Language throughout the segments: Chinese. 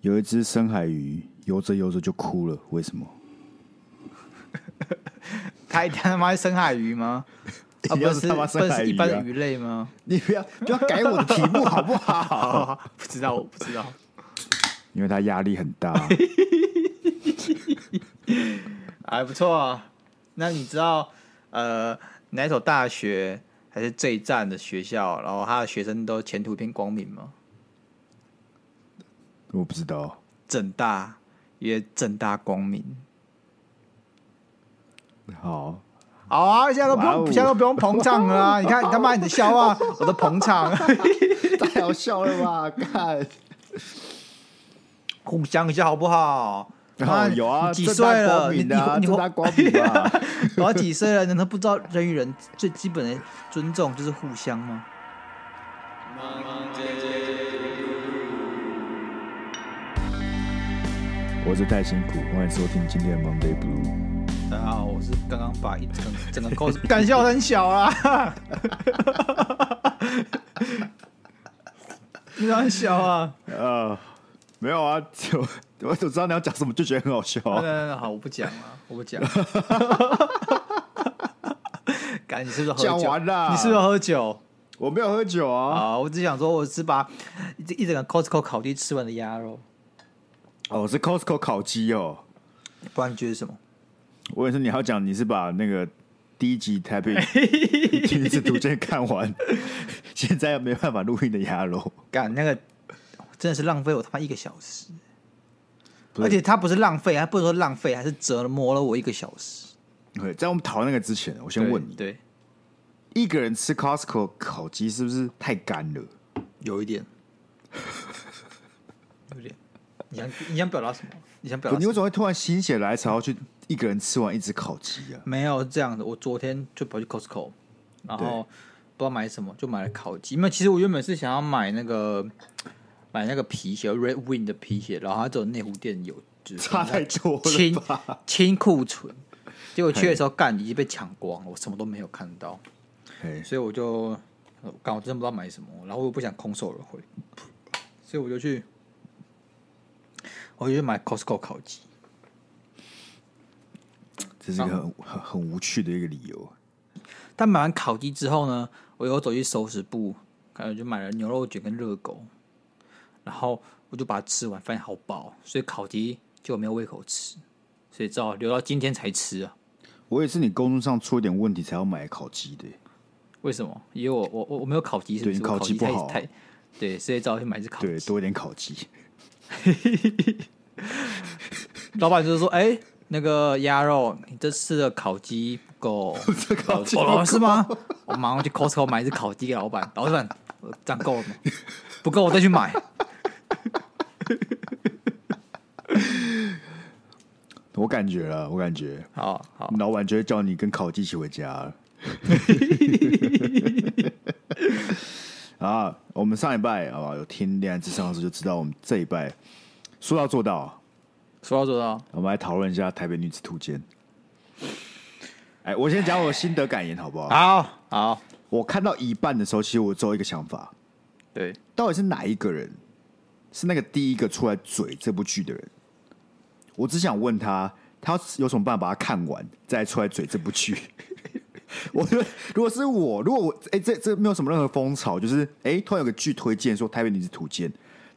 有一只深海鱼游着游着就哭了，为什么？它一定他妈是深海鱼吗？ 啊，一定不是是，他妈不深海是一鱼般的啊！鱼类吗？你不要不要改我的题目好不好？哦，不知道，我不知道。 因为他压力很 大。还不错啊。那你知道呃哪所大学还是最赞的学校，然后他的学生都前途一片光明吗？我不知道，正大，因为正大光明。 好，好啊，现在都不哇哦用，现在都不用膨胀了啊！你看，你他妈你的笑话，我都膨胀，太好笑了吧？看，互相一下好不好？然妈后有啊，你几正岁大了？光你明你啊，你正大光明啊， 我要几岁了？难道不知道人与人最基本的尊重就是互相吗？ 我是太辛苦，欢迎收听今天的 Monday Blue。大家好，我是刚刚把一整整个扣子干笑得很小啊 啦，你很小啊。呃，没有啊，就 我怎么知道你要讲什么，就觉得很好 笑那啊。那那好，我不讲了，我不讲。 干，你是不是喝酒？讲完啦你是不是喝酒？我没有喝酒啊。啊，我只想说，我是把一一整个 Costco 烤地吃完的鸭肉，哦，是 Costco 烤鸡哦。不然你觉得是什么？我也是，你还要讲你是把那个第一 集 Tapping 第一次图鉴看完，现在没办法录音的鸭肉，干那个真的是浪费我他妈一个小时，不是而且它不是浪费，它不是说浪费，还是折磨了我一个小时。对，在我们讨论那个之前，我先问你，对，对一个人吃 Costco 烤鸡是不是太干了？有一点，有点。你想你想表达什么？你想表可达你什为么？什么会突然心血来潮要去一个人吃完一只烤鸡啊？没有是这样的，我昨天就跑去 Costco，然对后不知道买什么，就买了烤鸡。因为其实我原本是想要买那个买那个皮鞋，Red Wing 的皮鞋，然后它只有内湖店有，就是 差太 多清了吧？清库存。结果去的时候，干已经被抢光了，我什么都没有看到，嘿所以我就呃干，我真的不知道买什么，然后我又不想空手而回，所以我就去，我就去买 Costco 烤鸡。这是一个很很很无趣的一个理由。但买完烤鸡之后呢，我又走去熟食部，感觉就买了牛肉卷跟热狗，然后我就把它吃完，发现好饱，所以烤鸡就没有胃口吃，所以只好留到今天才吃啊。我也是你工作上出一点问题才要买烤鸡的、为什么？因为我我我我没有烤鸡，是不对是？你烤我鸡鸡不太好啊太，对，所以只好去买一只烤对，鸡。多一点烤鸡。老板就说：“哎、那个鸭肉，你这次的烤鸡不够，这烤鸡不哦是吗？我马上去 Costco 买一只烤鸡给老板，老板呃这样够了吗？不够我再去买。”我感觉了，我感觉好好，老板就会叫你跟烤鸡一起回家 了。啊，我们上一拜啊有听《恋爱至上》的时候就知道，我们这一拜说到做到。说到做到。我们来讨论一下《台北女子图鉴》。哎，我先讲我的心得感言好不好？好好，我看到一半的时候，其实我只有一个想法：对，到底是哪一个人是那个第一个出来嘴这部剧的人？我只想问他，他有什么办法把它看完，再出来嘴这部剧？ 我觉得，如果是我，如果我哎、这这没有什么任何风潮，就是哎、突然有个剧推荐说《台北女子图鉴》，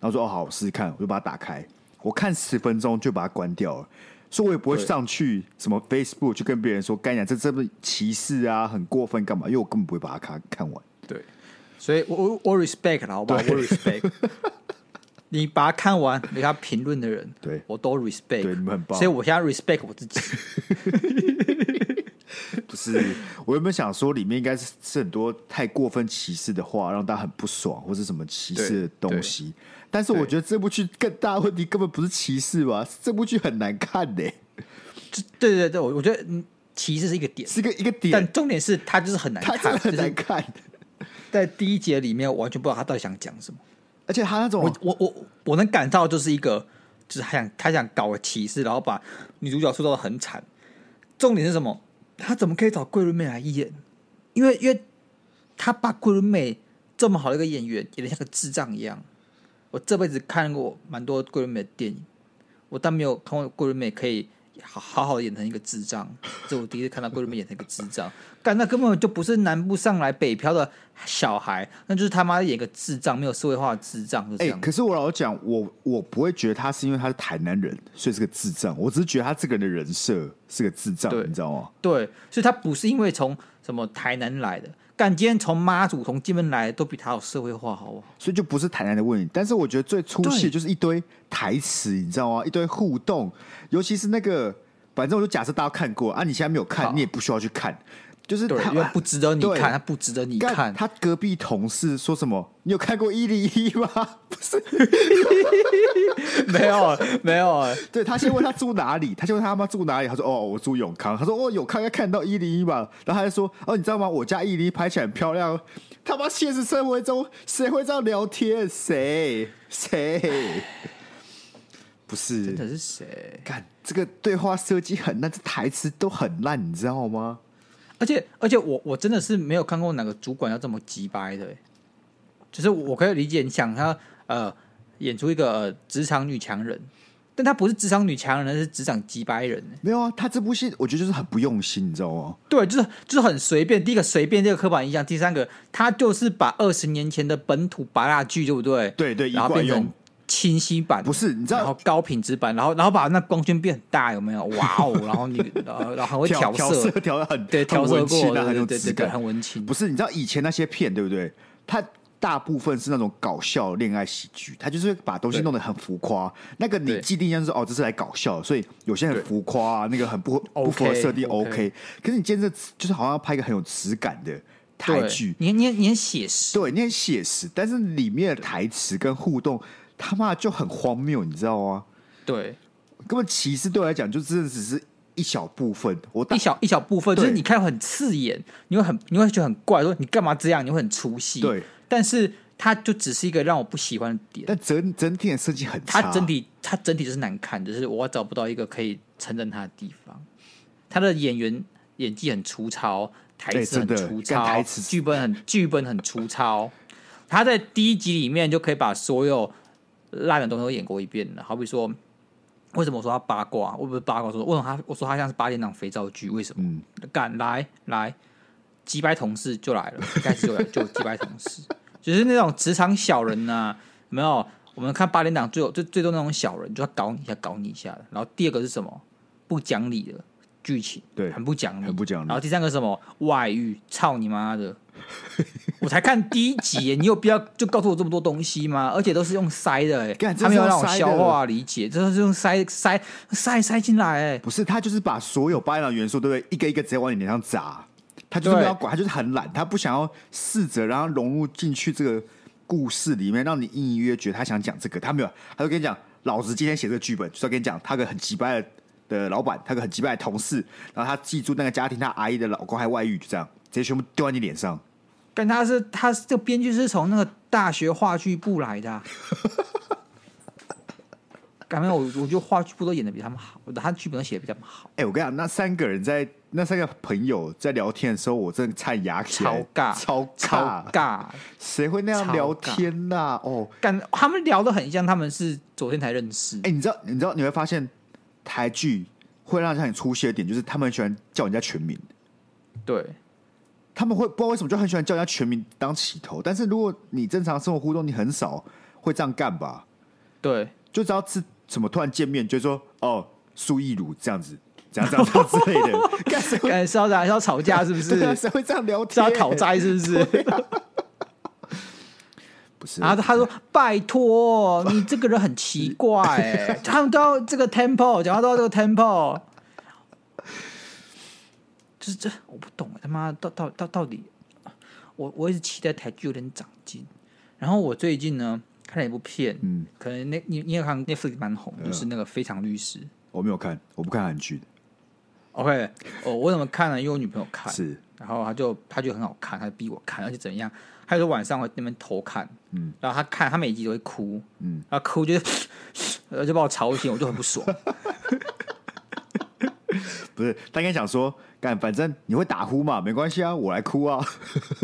然后说哦好，我试试看，我就把它打开，我看十分钟就把它关掉了。所以我也不会对上去什么 Facebook 去跟别人说，干讲这这不歧视啊，很过分干嘛？因为我根本不会把它看看完。对，所以我我我 respect 了，好不好？我 respect。你把它看完，给他评论的人，对我都 respect。对你们很棒所以我现在 respect 我自 己。不是， 我原本想说里面应该是是很多太过分歧视的话，让大家很不爽，或是什么歧视的东西。但是我觉得这部剧更大的问题根本不是歧视吧，是这部剧很难看的、就对对对，我我觉得嗯其实是一个点，是一个一个但点，重点是他就是很难它真看，的很难就是看。在第一节里面，我完全不知道他到底想讲什么。而且他那种我我我我能感到就是一个，就是他想他想搞个歧视，然后把女主角塑造的很惨。重点是什么？他怎么可以找桂纶镁来演？因为因为他把桂纶镁这么好的一个演员演的像个智障一样，我这辈子看过蛮多桂纶镁的电影，我但没有看过桂纶镁可以好好好的演成一个智障。这我第一次看到桂纶镁演成一个智障， 干那根本就不是南部上来北漂的小孩，那就是他妈演一个智障，没有社会化的智障，就这哎、样。可是我老实讲，我我不会觉得他是因为他是台南人，所以是个智障。我只是觉得他这个人的人设是个智障对，你知道吗？对，所以他不是因为从什么台南来的，干今天从妈祖从金门来的都比他有社会化，好不好？所以就不是台南的问题。但是我觉得最出戏对的就是一堆台词，你知道吗？一堆互动，尤其是那个，反正我就假设大家看过啊，你现在没有看好，你也不需要去看，就是对，他因为不值得你对看，他不值得你干看。他隔壁同事说什么？你有看过一零一吗？ 不是， 没有，没有，对他先问他住哪里，他就问他妈住哪里，他说哦我住永康，他说哦永康应该看得到一零一吧，然后他就说哦你知道吗我家一零一拍起来很漂亮 哦，他妈现实生活中谁会这样聊天？谁谁？不真的是，是谁？看这个对话设计很烂，这台词都很烂，你知道吗？而且而且我我真的是没有看过哪个主管要这么急掰的、欸就是我可以理解你想他呃演出一个呃职、场女强人，但她不是职场女强人，她是职场急掰人、欸没有啊，他这部戏我觉得就是很不用心，你知道吗？对，就是就是很随便。第一个随便，第二个刻板印象，第三个他就是把二十年前的本土八大剧，对不对？对对一然后贯变成用清晰版，不是你知道然后高品质版，然后然后把那光圈变很大，有没有？哇哦！然后你然后然后很会调色，色调的很对，调很色文过，青啊，对很有对质对对，感，很文青不。是，你知道以前那些片对不对？它大部分是那种搞笑恋爱喜剧，它就是把东西对弄得很浮夸。那个你对既定印象是哦，这是来搞笑的，所以有些很浮夸、啊，那个很不不符合 OK，设定。 OK OK，可是你今天这就是好像要拍一个很有质感的台剧，对你你你很写实，对，你很写实，但是里面的台词跟互动他妈就很荒谬，你知道吗？对，根本歧视对我来讲就真的只是一小部分。我大一小一小部分，就是对你看很刺眼，你会很你会觉得很怪，说你干嘛这样，你会很出戏。对，但是它就只是一个让我不喜欢的点。但整整体的设计很差，它整体它整体就是难看，就是我找不到一个可以承认它的地方。他的演员演技很粗糙，台哎真词很的粗干糙台，词剧本很 剧本很粗糙。他在第一集里面就可以把所有烂的东西都演过一遍了，好比说。为什么我说他八卦？我不是八卦说，为什么他我说他像是八点档肥皂剧？为什么？敢来来，击败同事就来了， 一开始就来就击败同事，就是那种职场小人呐、有没有？我们看八点档最有最最多那种小人，就要搞你一下，搞你一下的。然后第二个是什么？不讲理的剧情，对很不讲理，很不讲理然后第三个是什么？外遇，操你妈的！ 我才看第一集耶，你有必要就告诉我这么多东西吗？而且都是用塞的，哎，干他没有让我这是用消塞的化理解，这是用塞塞塞塞进来，哎，不是，他就是把所有八点档元素，对不对？一个一个直接往你脸上砸，他就是对不要管，他就是很懒，他不想要试着然后融入进去这个故事里面，让你隐隐约约觉得他想讲这个，他没有，他就跟你讲，老子今天写这个剧本，就是要跟你讲，他有个很击败的老板，他有个很击败的同事，然后他记住那个家庭，他阿姨的老公还外遇，就这样直接全部丢在你脸上。但他是他这个编剧是从那个大学话剧部 来的、啊，感觉我我觉得话剧部都演的比他们好，他剧本都写的比他们好，哎、我跟你讲，那三个人在那三个朋友在聊天的时候，我真的差点牙起超来，尬，超超尬，尬，谁会那样超聊尬天呐、哦。感他们聊的很像，他们是昨天才认识哎、，你知道，你知道，你会发现台剧会让人很出戏的点，就是他们很喜欢叫人家全名，对他们会不知道为什么就很喜欢叫人家全名当起头。但是如果你正常生活互动，你很少会这样干吧？对，就只要是怎么突然见面，就说哦苏亦如这样子，这样这样这样之类的，干谁会感觉哎是要是要吵架 是不是？对啊谁会这样聊是天？要讨债是不是？不是？然后啊他说：“拜托，你这个人很奇 怪、欸，他们都要这个 tempo，讲话都要这个 tempo，就是这我不懂，他妈到到到到底，我我一直期待台剧有点长进。然后我最近呢看了一部片，嗯，可能那你你也看 Netflix 蛮红，就是那个《非常律师》。我没有看，我不看韩剧， OK，哦，我怎么看呢？因为我女朋友看，是然后他就他就很好看，他就逼我看，而且怎样，他就晚上会那边偷看，嗯，然后他看他每集都会哭，嗯，然后哭就是， 然后就把我吵醒，我就很 不爽，不是？他应该想说，干反正你会打呼嘛，没关系啊，我来哭啊，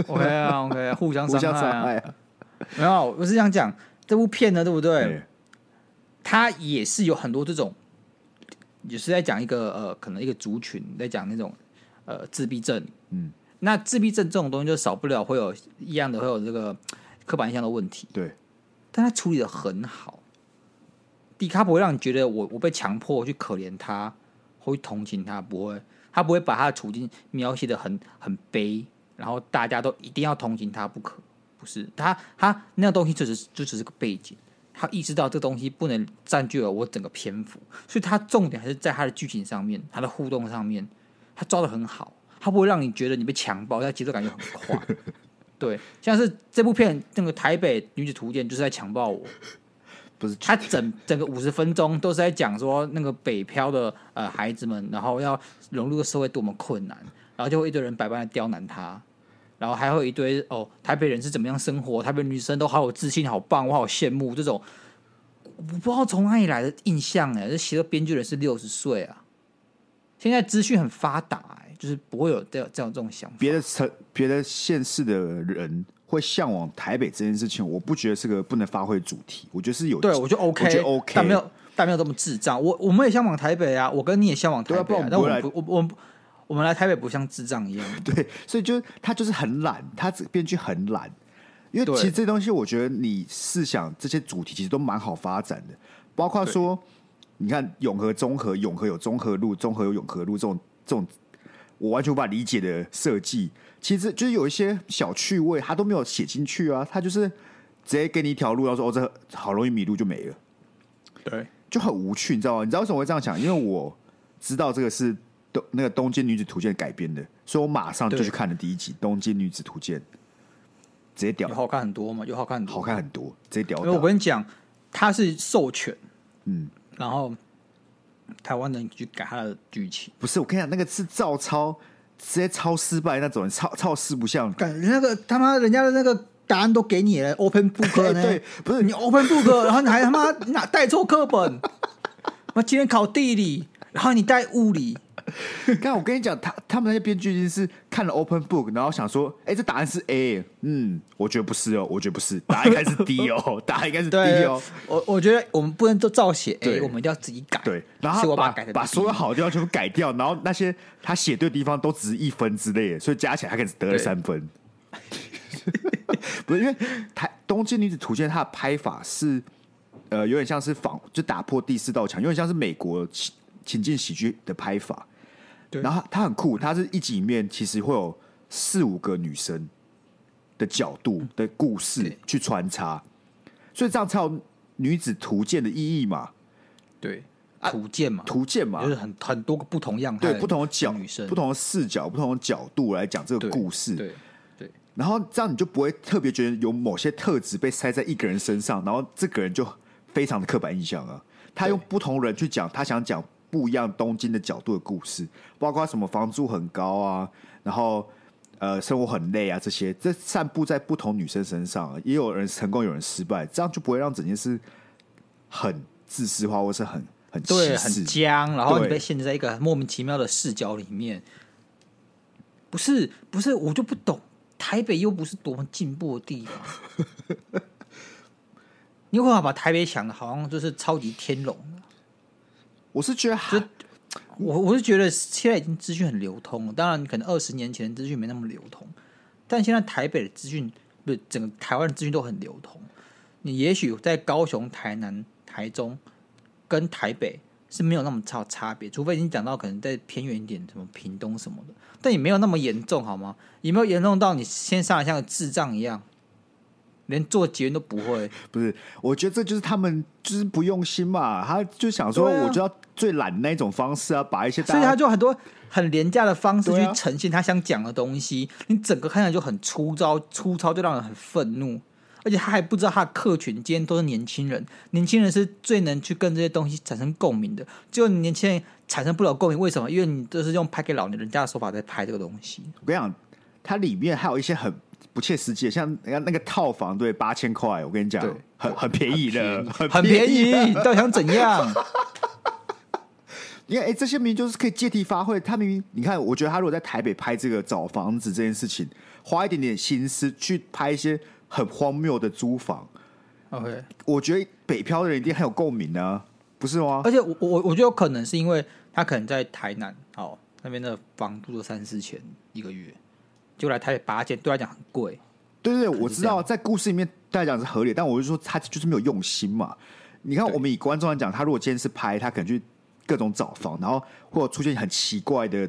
OK 啊，OK，啊，互相互伤相害伤啊。害啊。没有，我是想讲，这部片呢，对不对？对，它也是有很多这种，也是在讲一个呃，可能一个族群在讲那种呃自闭症，嗯，那自闭症这种东西就少不了会有一样的会有这个刻板印象的问题，对，但他处理的很好，迪卡不会让你觉得我我被强迫去可怜他，会同情他，不会，他不会把他的处境描写的很很悲，然后大家都一定要同情他不可，不是他他那个东西就只是就只是个背景，他意识到这东西不能占据了我整个篇幅，所以他重点还是在他的剧情上面，他的互动上面，他抓的很好，他不会让你觉得你被强暴，他节奏感觉很快。对，像是这部片那个《台北女子图鉴》就是在强暴我，不是他整整个五十分钟都是在讲说那个北漂的呃孩子们，然后要融入社会多么困难，然后就会一堆人百般的刁难他，然后还会一堆哦台北人是怎么样生活，台北女生都好有自信，好棒，我好羡慕这种，我不知道从哪里来的印象哎，这写的编剧人是六十岁啊，现在资讯很发达哎，就是不会有这这样这种想法，别的城、别的县市的人会向往台北这件事情，我不觉得是个不能发挥主题，我觉得是有对我觉得 OK，我觉得 OK，但没有但没有这么智障。我我们也向往台北啊，我跟你也向往台对啊不北、然我但我们们不不，我我们我们来台北不像智障一样。 对，所以就是他就是很懒，他这编剧很懒，因为对其实这东西我觉得你试想这些主题其实都蛮好发展的，包括说你看永和综合，永和有综合路，综合有永和路这种这种我完全无法理解的设计，其实就是有一些小趣味，他都没有写进去啊，他就是直接给你一条路，然后说哦这好容易迷路就没了。 对，就很无趣，你知道吗？你知道为什么我会这样想？因为我知道这个是东那个《东京女子图鉴》改编的，所以我马上就对去看了第一集《东京女子图鉴》，直接屌有，好看很多嘛，有好看很多。好看很多，直接屌因为我到。跟你讲，他是授权，嗯，然后台湾人去改他的剧情，不是，我跟你讲，那个是照抄，直接抄失败那种，抄抄四不像。感那个他妈人家的那个。答案都给你了，Open Book 呢？哎对不是你 Open Book，然后你还他妈拿带错课本， 妈今天考地理，然后你带物理，看，我跟你讲，他他们那些编剧已经是看了 Open Book，然后想说，哎、这答案是 A，嗯，我觉得不是哦，我觉得不是，答案应该是 D 哦， 答案应该是 D 对哦。，我我觉得我们不能都照写 A，对我们一定要自己改。对，然后所以他我把它改成把 B 所有好的地方全部改掉，然后那些他写对地方都只是一分之类的，所以加起来他可能只得了对三分。不是因为台《东京女子图鉴》它的拍法是呃有点像是仿，就打破第四道墙，有点像是美国情情境喜剧的拍法。对然后它很酷，它是一集里面其实会有四五个女生的角度的故事对去穿插，所以这样才有女子图鉴的意义嘛，对图鉴嘛，啊图鉴嘛，就是很很多个不同样态对的不同的角、女生，不同的视角、不同的角度来讲这个对故事，对对然后这样你就不会特别觉得有某些特质被塞在一个人身上，然后这个人就非常的刻板印象啊。他用不同人去讲他想讲不一样东京的角度的故事，包括什么房租很高啊，然后呃生活很累啊这些，这散布在不同女生身上啊，也有人成功，有人失败，这样就不会让整件事很自私化，或是很很对，歧很视。僵，然后你对被限制在一个莫名其妙的视角里面。不是不是，我就不懂，台北又不是多么进步的地方。 你有办法把台北想的好像就是超级天龙，我是觉得还我我是觉得现在已经资讯很流通了，当然可能二十年前的资讯没那么流通，但现在台北的资讯不是整个台湾的资讯都很流通。你也许在高雄、台南、台中跟台北是没有那么差差别，除非你讲到可能在偏远一点，什么屏东什么的，但也没有那么严重，好吗？也没有严重到你先上来像个智障一样，连做捷运都不会。不是，我觉得这就是他们就是不用心嘛，他就想说，对啊我就要最懒的那一种方式啊，把一些所大以他家就很多很廉价的方式对去啊呈现他想讲的东西，你整个看起来就很粗糙，粗糙就让人很愤怒。而且他还不知道他的客群今天都是年轻人，年轻人是最能去跟这些东西产生共鸣的。只有你年轻人产生不了共鸣，为什么？因为你都是用拍给老年人家的手法在拍这个东西。我跟你讲，它里面还有一些很不切实际的，像人家那个套房对八千块，我跟你讲对，很很便宜的，很便宜，啊你到底想怎样？ 因为哎，这些明明就是可以借题发挥。他明明你看，我觉得他如果在台北拍这个找房子这件事情，花一点点心思去拍一些很荒谬的租房， OK，我觉得北漂的人一定很有共鸣啊，不是吗？而且我我我觉得有可能是因为他可能在台南，好那边的房租都三四千一个月，就来台北八千，对他讲很贵。对对对，能我是知这样道在故事里面大家讲是合理，但我就说他就是没有用心嘛。你看，对我们以观众来讲，他如果今天是拍，他可能去各种找房，然后或者出现很奇怪的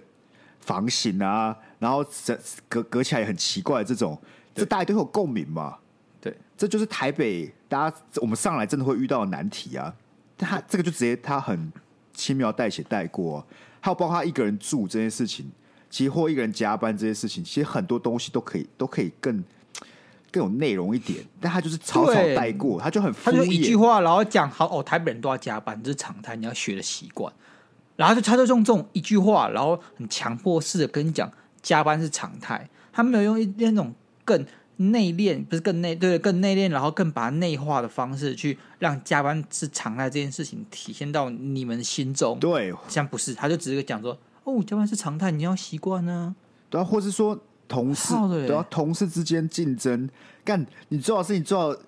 房型啊，然后整隔隔起来也很奇怪的这种，这大家都会有共鸣嘛。对，这就是台北大家我们上来真的会遇到的难题啊。但他这个就直接他很轻描淡写带过啊、还有包括他一个人住这件事情，其实或一个人加班这件事情，其实很多东西都可以都可以更更有内容一点，但他就是草草对带过，他就很敷他就一句衍。话，然后讲好哦，台北人都要加班，这是常态，你要学的习惯。然后就他就用这种一句话，然后很强迫式的跟你讲加班是常态，他没有用一那种更内敛，不是更内对更内敛，然后更把它内化的方式去让加班是常态这件事情体现到你们心中。对，像不是，他就只是讲说哦，加班是常态，你要习惯呢。对啊，或是说同事操的嘞欸对啊，同事之间竞争，干你做好事情做到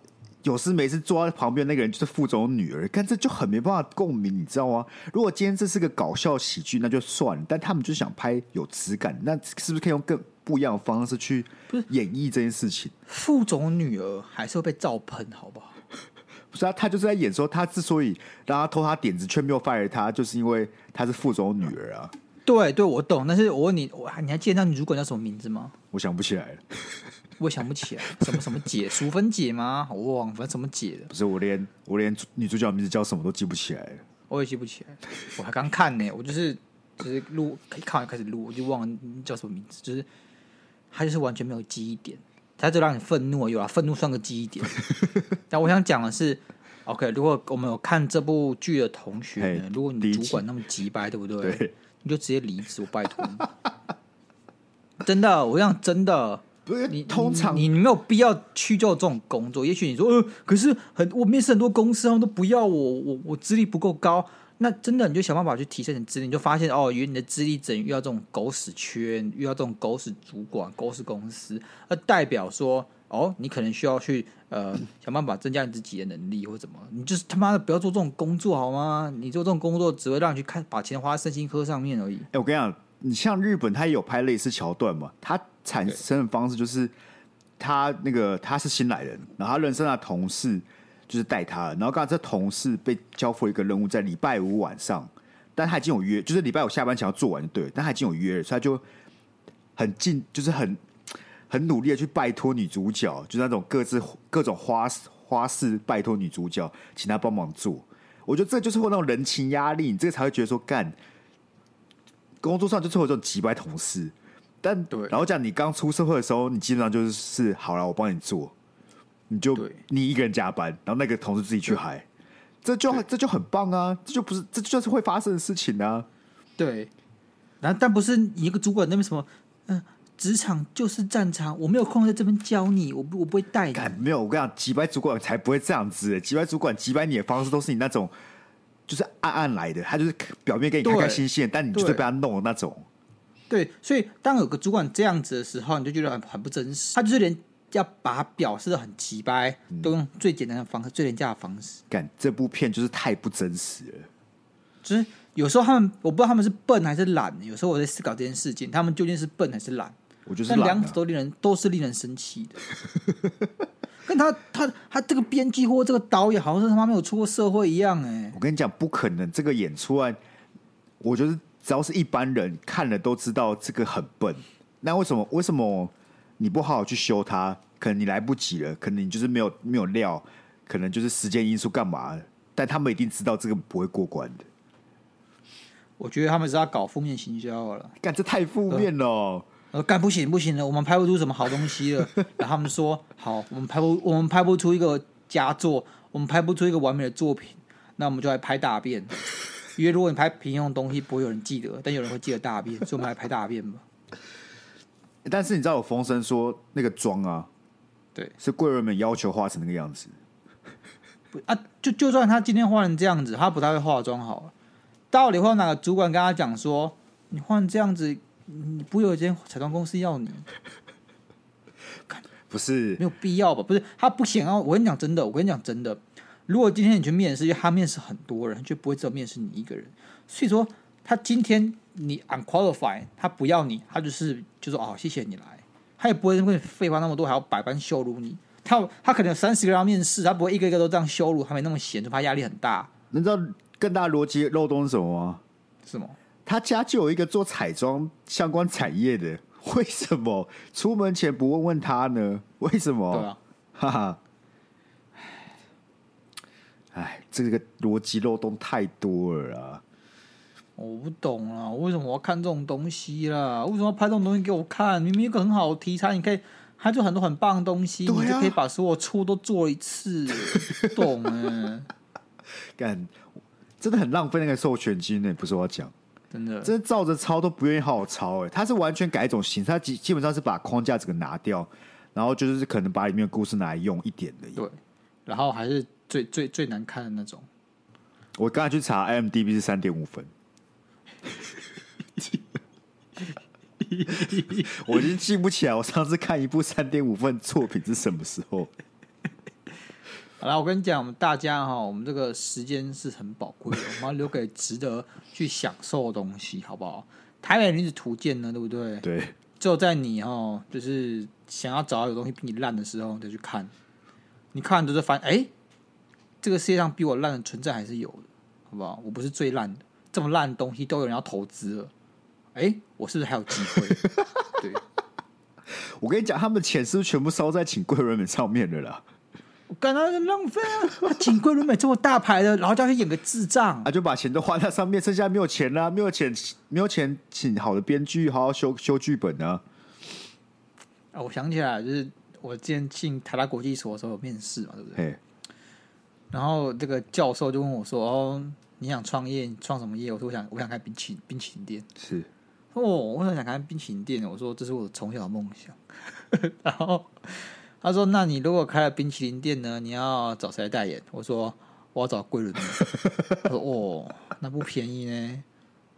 有事没事坐在旁边那个人就是副总的女儿，干这就很没办法共鸣，你知道吗？如果今天这是个搞笑喜剧，那就算了，但他们就想拍有质感，那是不是可以用更不一样的方式去演绎这件事情？副总女儿还是会被照喷，好不好？不是啊，他就是在演说，他之所以让他偷他点子却没有 fire 他，就是因为他是副总的女儿啊。对对，我懂。但是我问你，我你还记得那女主管叫什么名字吗？我想不起来了，我也想不起来，什么什么姐，淑芬姐吗？我忘了，反正什么姐的，不是我连我连女主角名字叫什么都记不起来了。我也记不起来。我还刚看呢、我就是就是录，看完开始录，我就忘了叫什么名字，就是他就是完全没有记忆点，他就让你愤怒而已啦，愤怒算个记忆点。但我想讲的是，OK，如果我们有看这部剧的同学呢嘿，如果你理主解管那么急掰，对不对？对你就直接离职，我拜托你。真的，我想真的。不是，你通常你你没有必要去就这种工作。也许你说，呃，可是很我面试很多公司，他们都不要我，我我资历不够高。那真的你就想办法去提升你的资历，你就发现哦，原来你的资历只能遇到这种狗屎缺，遇到这种狗屎主管、狗屎公司，那代表说哦，你可能需要去呃想办法增加你自己的能力或怎么。你就是他妈的不要做这种工作好吗？你做这种工作只会让你去看把钱花在身心科上面而已。哎、我跟你讲，你像日本，它也有拍类似桥段嘛。它产生的方式就是，他那个他是新来人，然后他认识他的同事，就是带他，然后刚才这同事被交付一个任务，在礼拜五晚上，但他已经有约，就是礼拜五下班前要做完就对了，但他已经有约了，所以他就很尽， 就是很很努力的去拜托女主角，就是那种各自各种花式花式拜托女主角，请她帮忙做。我觉得这就是会有那种人情压力，你这个才会觉得说干。工作上就是会有这种几百同事，但对然后讲你刚出社会的时候，你基本上就是是好了，我帮你做，你就对你一个人加班，然后那个同事自己去嗨，这就这就很棒啊，这就不是这就是会发生的事情啊，对，然后但不是你一个主管那边什么，嗯、职场就是战场，我没有空在这边教你，我不我不会带干你。没有，我跟你讲，几百主管才不会这样子、欸，几百主管几百你的方式都是你那种就是暗暗来的，他就是表面给你对开开心心的，但你就是对被他弄的那种。对，所以当有个主管这样子的时候，你就觉得很很不真实。他就是连要把他表示的很直白，嗯都用最简单的方式、最廉价的方式。干这部片就是太不真实了，就是有时候他们，我不知道他们是笨还是懒。有时候我在思考这件事情，他们究竟是笨还是懒。我就是但懒、两啊者。都令人都是令人生气 的。但他他他这个编剧或这个导演，好像是他妈没有出过社会一样哎、我跟你讲，不可能，这个演出啊，我觉得只要是一般人看了都知道这个很笨。那为什么为什么你不好好去修它？可能你来不及了，可能你就是没有没有料，可能就是时间因素干嘛的？但他们一定知道这个不会过关的。我觉得他们是要搞负面行销了。干，这太负面了哦、呃，干不行不行了，我们拍不出什么好东西了。然后他们说，好，我们拍不我们拍不出一个佳作，我们拍不出一个完美的作品，那我们就来拍大便。因为如果你拍平庸的东西，不会有人记得，但有人会记得大便，所以我们来拍大便吧。但是你知道有风声说那个妆啊，对是贵人们要求画成那个样子。不啊，就就算他今天画成这样子，他不太会化妆好了。到底会有哪个主管跟他讲说，你画成这样子，你不会有一间彩妆公司要你？不是没有必要吧？不是他不想要。我跟你讲真的，我跟你讲真的，如果今天你去面试，因为他面试很多人，就不会只有面试你一个人。所以说，他今天你 unqualified，他不要你，他就是就说哦，谢谢你来，他也不会跟你废话那么多，还要百般羞辱你。他他可能有三十个人要面试，他不会一个一个都这样羞辱，他没那么闲，就怕压力很大，你知道更大逻辑漏洞是什么吗？是吗？他家就有一个做彩妆相关产业的，为什么出门前不问问他呢？ 为什么？对啊，哈哈，哎，这个逻辑漏洞太多了啊！我不懂啦，为什么我要看这种东西啦？为什么要拍这种东西给我看？明明有个很好的题材，你可以，它就很多很棒的东西，对啊你就可以把所有出都做一次， 不懂哎、干，真的很浪费那个授权金呢、不是我要讲，真的。真的照着抄都不愿意好好抄哎、他是完全改一种形式，他基基本上是把框架整个拿掉，然后就是可能把里面的故事拿来用一点的。对，然后还是最最最难看的那种，我刚才去查 IMDB 是三点五分，我已经记不起来我上次看一部三点五分作品是什么时候。好啦，我跟你讲，我们大家哈，我们这个时间是很宝贵的，我们要留给值得去享受的东西，好不好？台北女子图鉴呢，对不对？对，只有在你哦，就是想要找到有东西比你烂的时候，你就去看。你看完之后就发现，哎、这个世界上比我烂的存在还是有的，好不好？我不是最烂的，这么烂的东西都有人要投资了，哎、我是不是还有机会？ 对，我跟你讲，他们钱是不是全部烧在请贵人们上面的啦？我感到很浪费 啊！请桂纶镁这么大牌的，然后叫他去演个智障，啊，就把钱都花在上面，剩下没有钱啦、没有钱，没有钱请好的编剧好好修修剧本啊。啊，我想起来，就是我之前进台大国际所的时候有面试嘛，对不对？嘿，然后这个教授就问我说：“哦，你想创业，你创什么业？”我说：“我想，我想开冰淇冰淇淋店。是”哦，我很想开冰淇淋店。我说：“这是我从小的梦想。” 然后他说：“那你如果开了冰淇淋店呢？你要找谁来代言？”我说：“我要找桂纶镁。”他说：“哦，那不便宜呢。”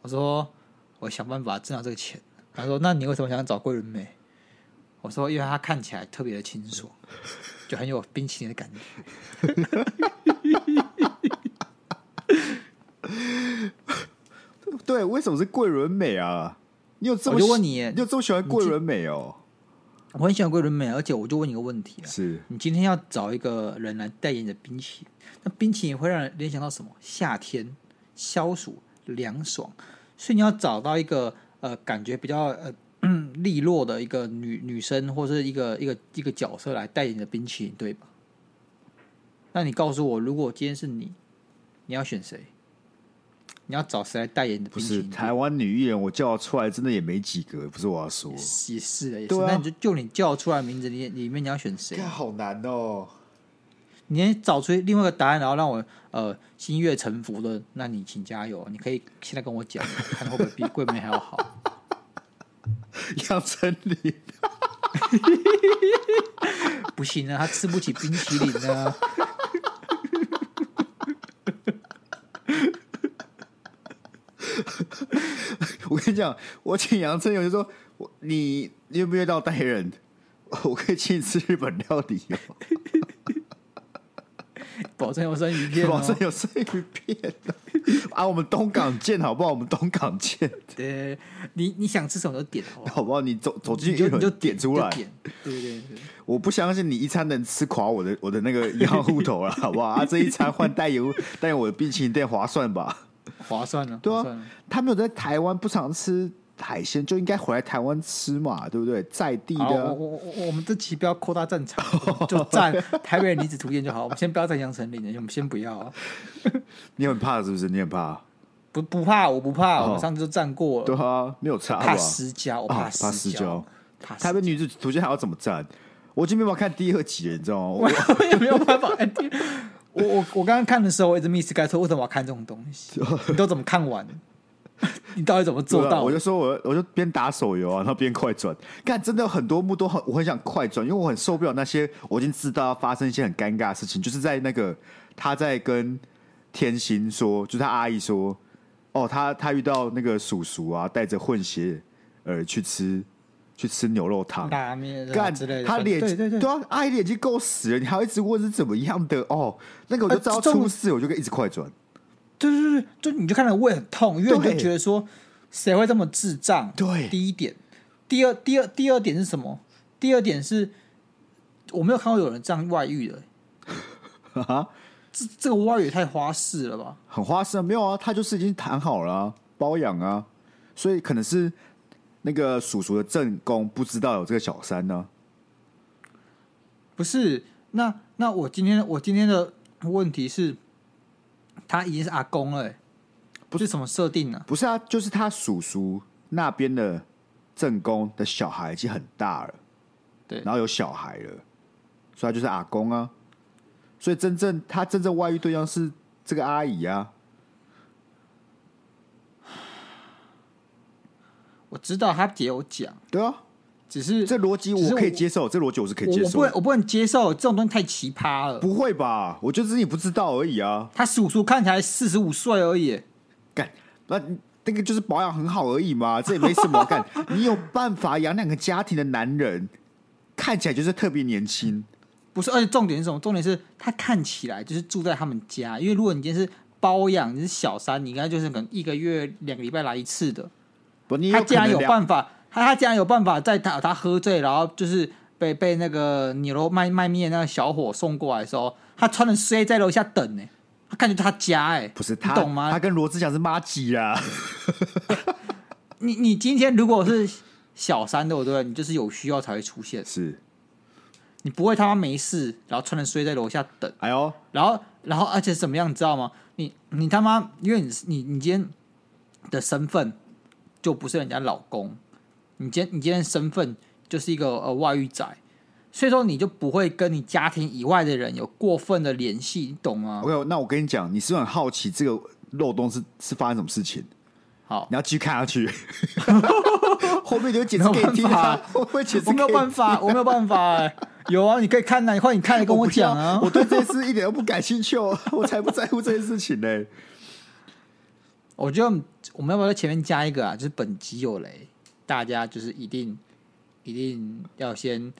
我说：“我想办法挣到这个钱。”他说：“那你为什么想找桂纶镁？”我说：“因为他看起来特别的清爽，就很有冰淇淋的感觉。”对，为什么是桂纶镁啊？你有这么我就问喜你耶你有这么喜欢桂纶镁哦？我很喜欢桂纶镁，而且我就问你一个问题啊：是你今天要找一个人来代言你的冰淇淋，那冰淇淋会让人联想到什么？夏天、消暑、凉爽，所以你要找到一个呃感觉比较呃利落的一个女女生或是一个一个一个角色来代言你的冰淇淋，对吧？那你告诉我，如果今天是你，你要选谁？你要找谁来代言你的不冰淇是淋？台湾女艺人？我叫出来真的也没几个，不是我要说，也是的，也是。对啊那你就就你叫出来名字里里面你要选谁？看好难哦。你能找出另外一个答案，然后让我呃心悦诚服的，那你请加油。你可以现在跟我讲，看会不会比桂梅还要好。杨丞琳，不行啊，他吃不起冰淇淋啊。我跟你讲，我请杨丞琳，我就说我你你有没有到代言人？ 我可以请你吃日本料理哦， 保证有生鱼片、哦， 保证有生鱼片哦 啊！我们东港见好不好？我们东港见， 对，你你想吃什么就点好不好？好不好？你走走进你去就你就点出来就，点对对对，我不相信你一餐能吃垮我的 我的那个银行户头了，好不好？啊，这一餐换代言 代言我的冰淇淋店划算吧？划算了、对划啊算了。他们有在台湾不常吃海鲜，就应该回来台湾吃嘛，对不对？在地的好，啊、我我我我们这期不要扩大战场， 就站台北女子图鉴就好。我们先不要站杨丞琳了，我们先不要、啊，你很怕是不是？你很怕？不不怕，我不怕，我们哦上次就站过了。对啊，没有差吧怕？失焦，我啊怕怕失焦焦，怕失台北女子图鉴还要怎么站？我已经没办法看第二集了，你知道吗？ 我我也没有办法。哎第 我我我刚刚看的时候，我一直 miss 该说为什么我要看这种东 西？你都怎么看完？ 你到底怎么做对到啊的？我就说我我就边打手游啊，然后边快转。干，真的有很多幕都很我很想快转，因为我很受不了那些我已经知道要发生一些很尴尬的事情，就是在那个他在跟天心说，就是他阿姨说，哦，他他遇到那个叔叔啊，带着混血儿去吃去吃牛肉汤，拉面什么干之类的，他反脸对对对，啊，他脸就够死了，你还要一直问是怎么样的哦？那个我就知道呃这种出事，我就一直快转。对对对，就你就看到胃很痛，因为你对就觉得说谁会这么智障？对第一点，第二第二第二点是什么？第二点是我没有看过有人这样外遇的、 哈哈，这这个外遇也太花式了吧？很花式啊，没有啊，他就是已经谈好了、啊、包养啊，所以可能是那个叔叔的正宫不知道有这个小三呢、不是，那那我今天我今天的问题是，他已经是阿公了、欸，不是什么设定呢、不是啊，就是他叔叔那边的正宫的小孩已经很大了，对然后有小孩了，所以他就是阿公啊。所以真正他真正外遇对象是这个阿姨啊，我知道他姐有讲，对啊，只是这逻辑只是我我可以接受，这逻辑我是可以我接我不受能的。我不能接受这种东西太奇葩了。不会吧？我就是你不知道而已啊。他叔叔看起来四十五岁而已欸、干，那那个就是保养很好而已嘛，这也没什么。干，你有办法养两个家庭的男人，看起来就是特别年轻。不是，而且重点是什么？重点是他看起来就是住在他们家，因为如果你今天是包养，你是小三，你应该就是可能一个月、两个礼拜来一次的。不，你他有可竟然能有两办法，他他竟然有办法在他他喝醉，然后就是被被那个牛肉卖卖面那个小伙送过来的时候，他穿着睡在楼下等呢、他看着他家哎、不是你他懂吗他？跟罗志祥是妈啊鸡啦。你你今天如果是小三对不对？你就是有需要才会出 现，是，你不会他妈没事，然后穿着睡在楼下等。哎呦，然后，然后，而且怎么样，你知道吗？你你他妈，因为你是你你今天的身份就不是人家老公，你今天你今天的身份就是一个呃外遇仔，所以说你就不会跟你家庭以外的人有过分的联系，你懂吗？ OK，那我跟你讲，你是不是很好奇这个漏洞是是发生什么事情？好，你要继续看下去， 后面有解释给你听没有啊办法！我会解释我没有给你办法，我没有办法、哎有啊，你可以看呐、你快你看，你跟我不讲要啊。我对这件事一点都不感兴趣哦，我才不在乎这件事情呢。我觉得我们要不要在前面加一个啊？就是本集有雷，大家就是一定一定要先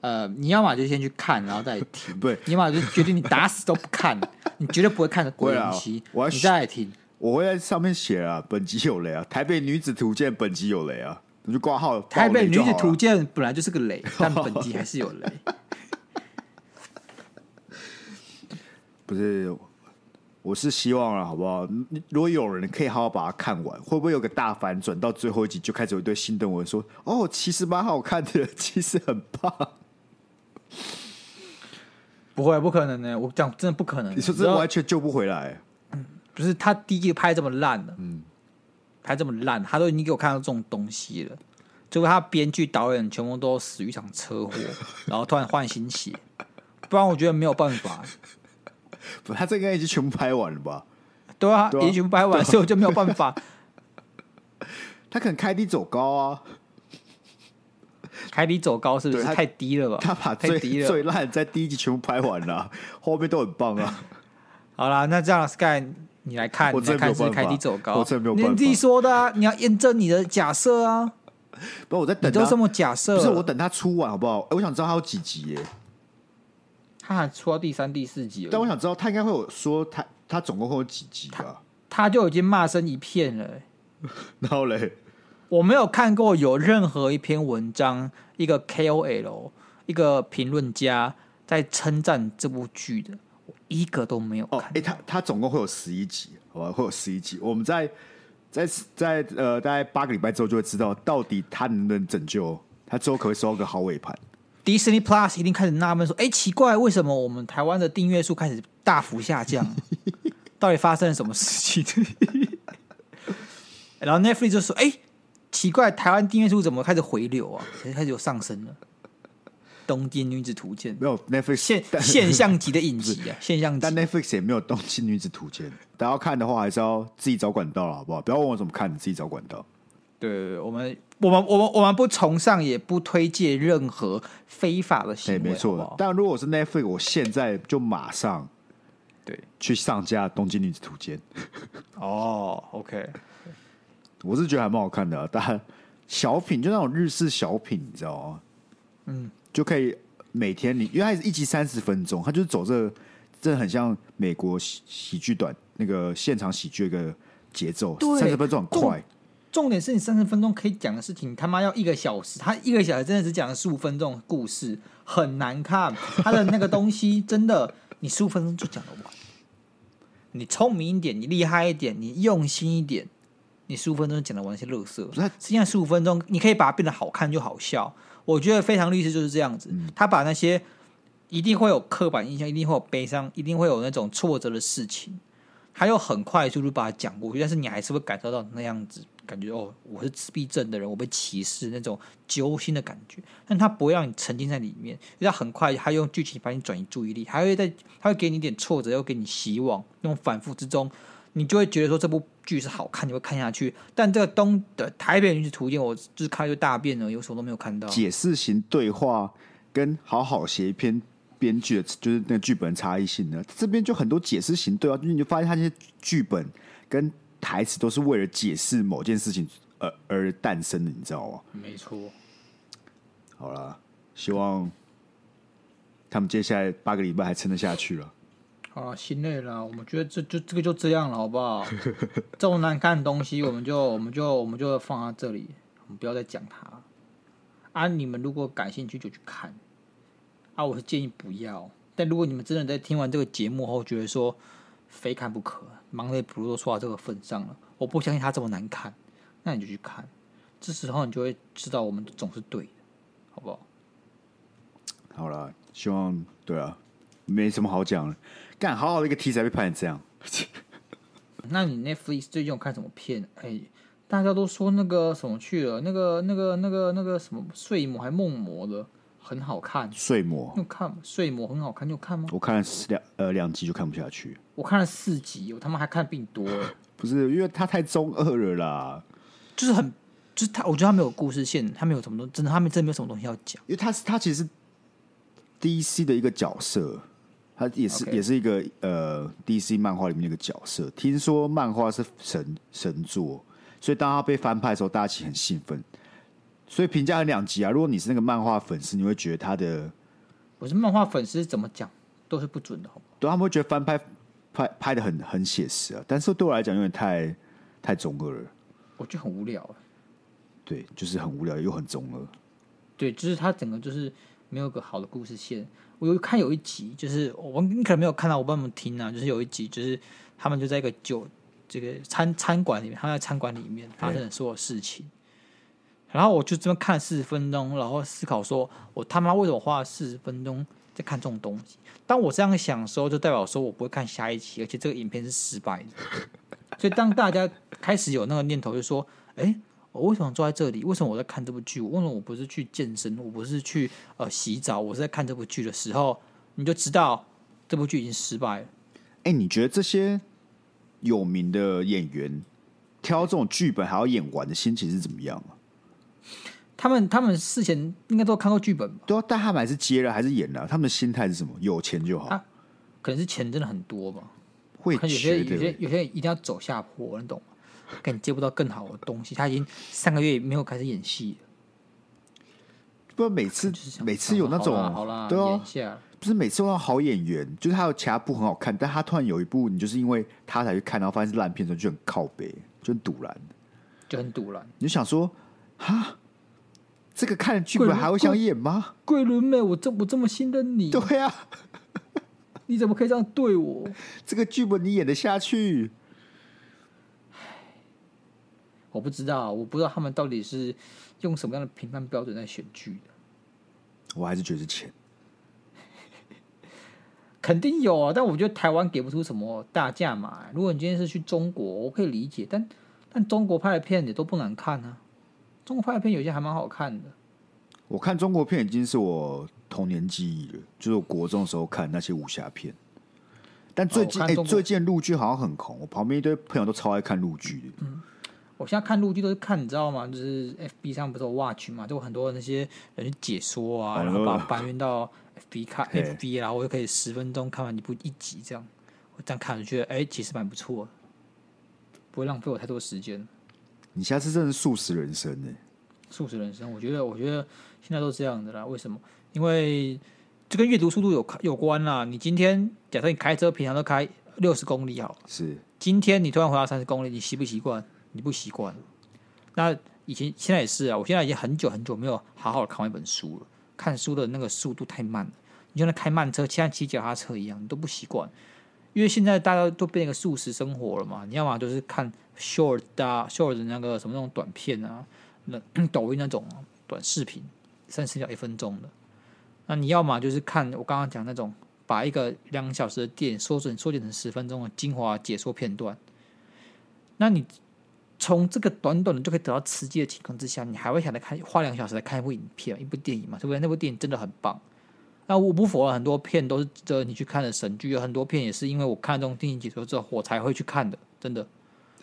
呃，你要么就先去看，然后再听；对，你要么就决定你打死都不看，你绝对不会看的鬼东 西，会啊我要你再来听。我会在上面写啊，本集有雷啊，台北女子图鉴本集有雷啊，你就挂号。台北爆雷女就子好了图鉴本来就是个 雷，但本集还是有雷。不是，我是希望了，好不好？嗯如果有人可以好好把它看完，会不会有个大反转？到最后一集就开始有一堆新的文说：“哦，其实蛮好看的， 其实很 棒。 不会，不可能呢、我讲真的不可能”。你说知这道完全救不回来，不是他第一个拍这么烂的，嗯，拍这么烂，他都已经给我看到这种东西了。结果他编剧、导演全部都死于一场 车祸，然后突然换新血，不然我觉得没有办法。不，他这个应该已经全部拍完了吧？对啊，对啊啊也许不拍完，所以我就没有办法。 他可能开低走高啊，海底走高是不是对他太低了吧？他把太最低了最。烂在第一集全部拍完了啊、后面都很棒啊。好啦，那这样 Sky，你来看，我你来真的没有看是不是办法海底走高，我真的没有办法你自己说的啊，你要验证你的假设啊，不，我在你等都他这，么假设不了。是我等他出完好不好？哎我想知道他有几集耶、他还出到第三、第四集了，但我想知道他应该会有说他他总共会有几集啊吧？他就已经骂声一片了欸、然后嘞，我没有看过有任何一篇文章，一个 KOL，一个评论家在称赞这部剧的，我一个都没有哦，看。哎、他他总共会有十一集，好吧，会有十一集。我们在在在呃，大概八个礼拜之后就会知道到底他能不能拯救，他之后可不可以收到个好尾盘。 Disney Plus 一定开始纳闷说：“哎、奇怪，为什么我们台湾的订阅数开始大幅下降？ 到底发生了什么事情？” 然后 Netflix 就说：“哎、奇怪，台湾订阅数怎么开始回流啊？开始有上升了。”《东京女子图鉴没有》Netflix 现但现象级的影集啊，现象级但 Netflix 也没有《东京女子图鉴》，大家要看的话还是要自己找管道了，好不好？不要问我怎么看，你自己找管道。对对对，我们我们我们我们不崇尚也不推荐任何非法的行哎、为，没好不好错。但如果我是 Netflix，我现在就马上对，去上架《东京女子图鉴》，哦，OK，我是觉得还蛮好看的啊、大家小品，就那种日式小品，你知道吗？嗯，就可以每天你，因为它是一集三十分钟，它就是走这这很像美国喜喜剧短那个现场喜剧的一个节奏，对三十分钟很快。重点是你三十分钟可以讲的事情，他妈要一个小时，他一个小时真的只讲了十五分钟的故事，很难看。他的那个东西真的，你十五分钟就讲得完。你聪明一点，你厉害一点，你用心一点，你十五分钟就讲得完那些乐色。不是他实际上十五分钟，你可以把它变得好看就好笑。我觉得《非常律师》就是这样子，他把那些一定会有刻板印象，一定会有悲伤，一定会有那种挫折的事情，他又很快速就把它讲过去，但是你还是会感受到那样子，感觉哦，我是自闭症的人，我被歧视那种揪心的感觉。但他不会让你沉浸在里面，因为他很快，他用剧情把你转移注意力，还会在，他会给你一点挫折，又给你希望，那种反复之中。你就会觉得说这部剧是好看，你会看下去。但这个东的台北女子图鉴，我就是看就大便了，有什么都没有看到。解释型对话跟好好写一篇编剧的，就是那个剧本差异性呢，这边就很多解释型对话，就是你就发现他那些剧本跟台词都是为了解释某件事情而而诞生的，你知道吗？没错，好啦，希望他们接下来八个礼拜还撑得下去了。啊，心累了，我们觉得这就这个就这样了，好不好？ 这种难看的东西，我们就我们就我们就放在这里，我们不要再讲它了。啊，你们如果感兴趣就去看，啊，我是建议不要。但如果你们真的在听完这个节目后，觉得说非看不可，忙得不如都说到这个份上了，我不相信它这么难看，那你就去看。这时候你就会知道我们总是对的，好不好？好啦，希望对啊，没什么好讲了。干好好的一个题材被拍成这样，那你 Netflix 最近有看什么片？哎、大家都说那个什么去了，那个那个那个那个什么睡魔还梦魔的，很好看。你睡魔，有看吗？睡魔很好看，你有看吗？我看了两呃两集就看不下去，我看了四集，我他妈还看并多了，不是因为它太中二了啦。就是很，就是他，我觉得他没有故事线，他没有什么东，真的他们真的没有什么东西要讲。因为他是他其实是 DC 的一个角色，他也是 OK 也是一个呃 DC 漫画里面的一个角色。听说漫画是神神作，所以当他被翻拍的时候，大家其实很兴奋。所以评价很两极啊。如果你是那个漫画粉丝，你会觉得他的我是漫画粉丝，怎么讲都是不准的，好不好？对他们会觉得翻拍拍拍的很很写实啊，但是对我来讲有点太太中二了。我觉得很无聊、啊对，就是很无聊又很中二。对，就是它整个就是没有一个好的故事线。我有看有一集，就是我你可能没有看到，我帮你们听啊，就是有一集，就是他们就在一个酒这个餐餐馆里面，他们在餐馆里面发生的所有事情。然后我就这么看四十分钟，然后思考说，我他妈为什么花了四十分钟在看这种东西？当我这样想的时候，就代表说我不会看下一期，而且这个影片是失败的。 所以当大家开始有那个念头，就说：“哎、我为什么坐在这里？为什么我在看这部剧？我为什么我不是去健身？我不是去呃洗澡？我是在看这部剧的时候，你就知道这部剧已经失败了。哎、你觉得这些有名的演员挑这种剧本还要演完的心情是怎么样啊？他们他们事前应该都看过剧本吧？对啊，但他们还是接了，还是演了。他们的心态是什么？有钱就好，啊可能是钱真的很多吧？会可能有些觉有些得有些人一定要走下坡，你懂吗？可能接不到更好的东西，他已经三个月没有开始演戏了，不每次就是想每次有那种好啦好啦，对演一啊，下。不是每次都有好演员，就是他有其他部很好看，但他突然有一部，你就是因为他才去看，然后发现是烂片的时候就很靠北，就很堵然。就很堵然。你就想说，哈，这个看了剧本贵还会想演吗？桂纶镁，我这我这么信任你，对啊，你怎么可以这样对我？这个剧本你演得下去？我不知道，我不知道他们到底是用什么样的评判标准在选剧的。我还是觉得是钱。肯定有啊，但我觉得台湾给不出什么大价嘛。如果你今天是去中国，我可以理解，但但中国拍的片也都不难看啊。中国拍的片有些还蛮好看的，我看中国片已经是我童年记忆了，就是我国中的时候看那些武侠片。但最近哦我哎、看中国最近陆剧好像很红，我旁边一堆朋友都超爱看陆剧的。嗯我现在看陆剧都是看，你知道吗？就是 FB 上不是有 Watch 嘛，就有很多那些人去解说啊，哦然后把它搬运到 FB 看嘿 FB，然后我就可以十分钟看完一部一集这样。我这样看，我就觉得哎、其实蛮不错的，不会浪费我太多时间。你下次真的是素食人生呢、素食人生，我觉得，我觉得现在都这样的啦。为什么？因为这跟阅读速度有有关啦。你今天假设你开车平常都开六十公里好了，是今天你突然回到三十公里，你习不习惯？你不习惯。那以前现在也是啊，我现在已经很久很久没有好好的看完一本书了，看书的那个速度太慢了。你就像开慢车，像骑脚踏车一样，你都不习惯。因为现在大家都变一个素食生活了嘛，你要么就是看 short 啊，short 的那个什么那种短片啊，那 抖音那种短视频，三十秒一分钟的。那你要么就是看我刚刚讲那种把一个两小时的电影缩减缩减成十分钟的精华解说片段。那你从这个短短的就可以得到刺激的情况之下，你还会想来看花两小时来看一部影片、一部电影嘛？对不对？那部电影真的很棒。那我不否认，很多片都是值得你去看的神剧，有很多片也是因为我看这种电影解说之后，我才会去看的，真的。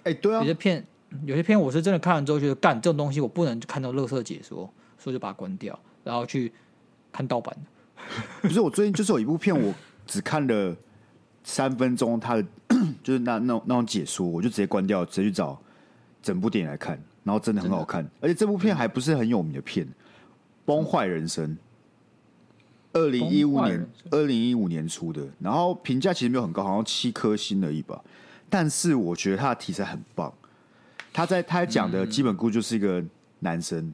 哎、对啊有，些片，有些片我是真的看完之后觉得，干这种东西我不能看到乐色解说，所以就把它关掉，然后去看盗版的。 不是我最近就是有一部片，我只看了三分钟，它的 就是那那种那种解说，我就直接关掉，直接去找整部电影来看，然后真的很好看，而且这部片还不是很有名的片，《崩坏人生》，二零一崩五坏年人二零一五年出的，然后评价其实没有很高，好像七颗星而已吧，但是我觉得他的题材很棒，他在他讲的基本故事就是一个男生，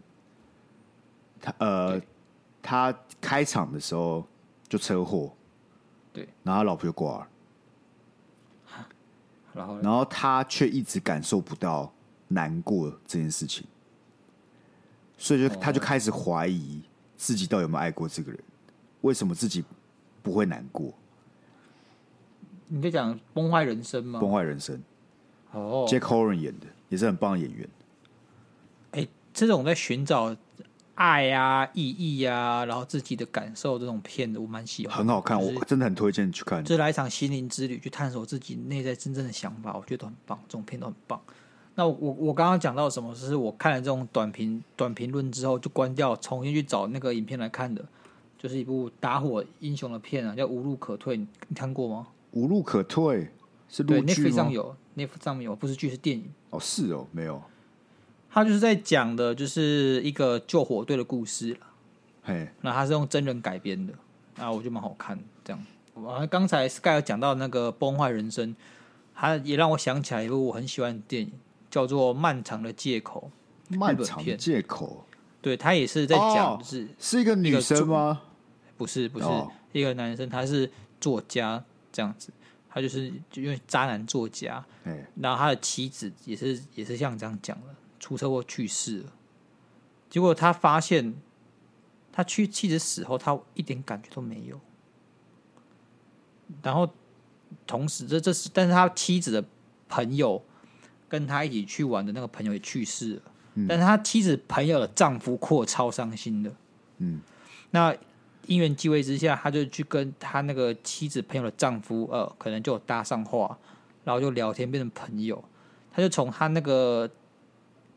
他呃嗯对他开场的时候就车祸，对，然后他老婆就挂了。然后呢然后他却一直感受不到难过这件事情，所以就哦他就开始怀疑自己到底有没有爱过这个人，为什么自己不会难过？哦你在讲崩坏人生吗？崩坏人生哦， ，Jack Horan 演的也是很棒的演员，哎、这种在寻找爱啊、意义啊，然后自己的感受这种片子，我蛮喜欢，很好看，就是我真的很推荐你去看。就是来一场心灵之旅，去探索自己内在真正的想法，我觉得都很棒，这种片都很棒。那我我我刚刚讲到什么？是我看了这种短评短评论之后就关掉，重新去找那个影片来看的，就是一部打火英雄的片啊，叫《无路可退》，你你看过吗？无路可退是对陆剧，Netflix 上吗？有，Netflix 上面有，不是剧是电影。哦，是哦，没有，他就是在讲的，就是一个救火队的故事啦嘿，那它是用真人改编的，啊，我觉得蛮好看的。这样，啊，刚才 Sky 有讲到那个《崩坏人生》，它也让我想起来一部我很喜欢的电影，叫做《漫长的借口漫长的片借口》。对，它也是在讲，哦就是、是一个女一个生中吗？不是不是、哦一个男生，他是作家这样子，他就是就因为渣男作家，哎，然后他的妻子也是也是像这样讲的，出车祸去世了。结果他发现，他去妻子死后，他一点感觉都没有。然后，同时这这是，但是他妻子的朋友跟他一起去玩的那个朋友也去世了，但是他妻子朋友的丈夫阔超伤心的。嗯，那因缘际会之下，他就去跟他那个妻子朋友的丈夫，呃，可能就有搭上话，然后就聊天变成朋友。他就从他那个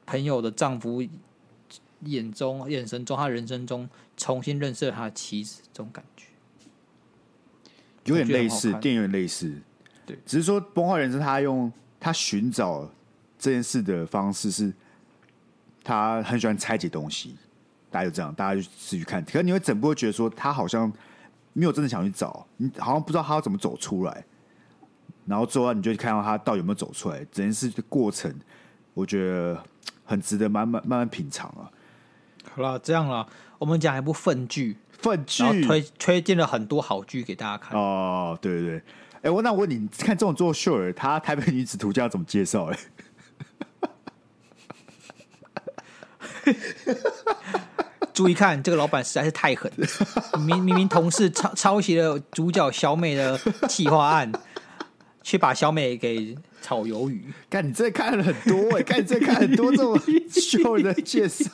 朋友的丈夫眼中、眼神中、他人生中重新认识了他的妻子，这种感觉。有点我觉得类很好似，看电影有点类似，对，只是说《崩坏人生》他用他寻找这件事的方式是，他很喜欢拆解东西，大家就这样，大家就自己去看，可是你会整部会觉得说他好像没有真的想去找，你好像不知道他要怎么走出来，然后最后你就看到他到底有没有走出来，整件事的过程，我觉得很值得慢慢慢慢品尝啊。好了，这样了，我们讲一部粪剧，粪然后剧推推荐了很多好剧给大家看。哦，对对对，哎、我那我问你，你看这种做秀儿，他台北女子图鉴要怎么介绍、哎。 注意看，这个老板实在是太狠， 明明明同事抄抄袭了主角小美的企划案，却把小美给炒鱿鱼。看你这看了很多哎、看你这看很多这种秀的介绍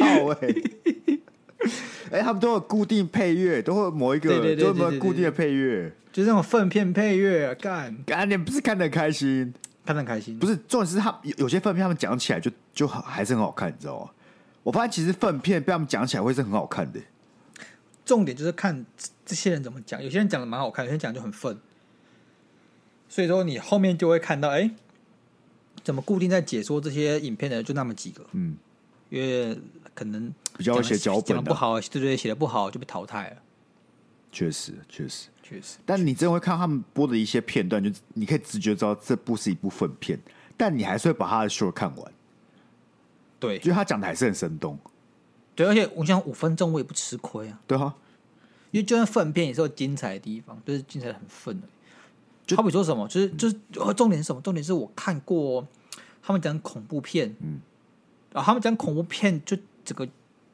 哎、哎、他们都有固定配乐，都会有某一个，对对对都有对某对固定的配乐。就是那种粪片配乐，干感觉不是看得很开心，看得很开心不。是重点是他有有些粪片他们讲起来就就很还是很好看，你知道吗？我发现其实粪片被他们讲起来会是很好看的、重点就是看这这些人怎么讲，有些人讲的蛮好看，有些人讲就很愤。所以说你后面就会看到，哎、怎么固定在解说这些影片的就那么几个，嗯，因为可能比较会写脚本啊讲得不的、好，对对，写的不好就被淘汰了，确实确实。确实。但你真的会看他们播的一些片段，就你可以直觉知道这部是一部粪片，但你还是会把他的 show 看完，对就他讲的还是很生动，对，而且我想五分钟我也不吃亏啊，对啊，因为就算粪便也是有精彩的地方，就是精彩的很粪的。就好比说什么，就是就是、呃重点是什么？重点是我看过他们讲恐怖片，嗯，啊，他们讲恐怖片就整个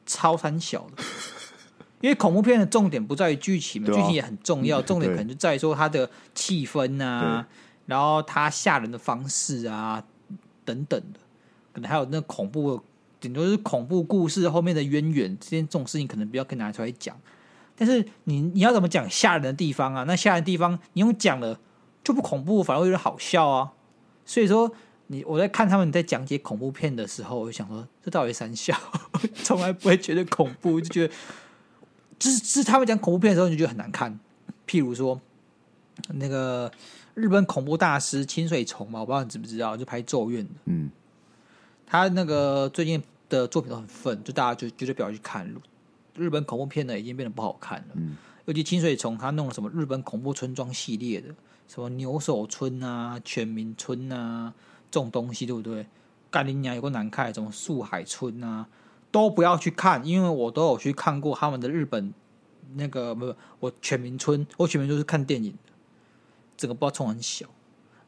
超三小的，因为恐怖片的重点不在于剧情嘛，对啊剧情也很重要，嗯重点对可能就在于说它的气氛啊，然后它吓人的方式啊等等的，可能还有那恐怖的，顶多是恐怖故事后面的渊源，这件这种事情可能不要可以拿出来讲。但是你你要怎么讲吓人的地方啊？那吓人的地方你用讲了就不恐怖，反而有点好笑啊。所以说你我在看他们在讲解恐怖片的时候，我就想说这到底三笑， 从来不会觉得恐怖，就觉得就是就是他们讲恐怖片的时候你就觉得很难看。譬如说那个日本恐怖大师清水崇嘛，我不知道你知不知道，就拍《咒怨》的，嗯，他那个最近的作品都很愤，就大家就绝对不要去看。日本恐怖片呢已经变得不好看了，尤其清水崇他弄了什么日本恐怖村庄系列的，什么牛首村啊、全民村啊这种东西，对不对？干你娘有个难看，什么树海村啊，都不要去看，因为我都有去看过他们的日本那个，不不，我全民村，我全民村是看电影的，整个不知道冲很小。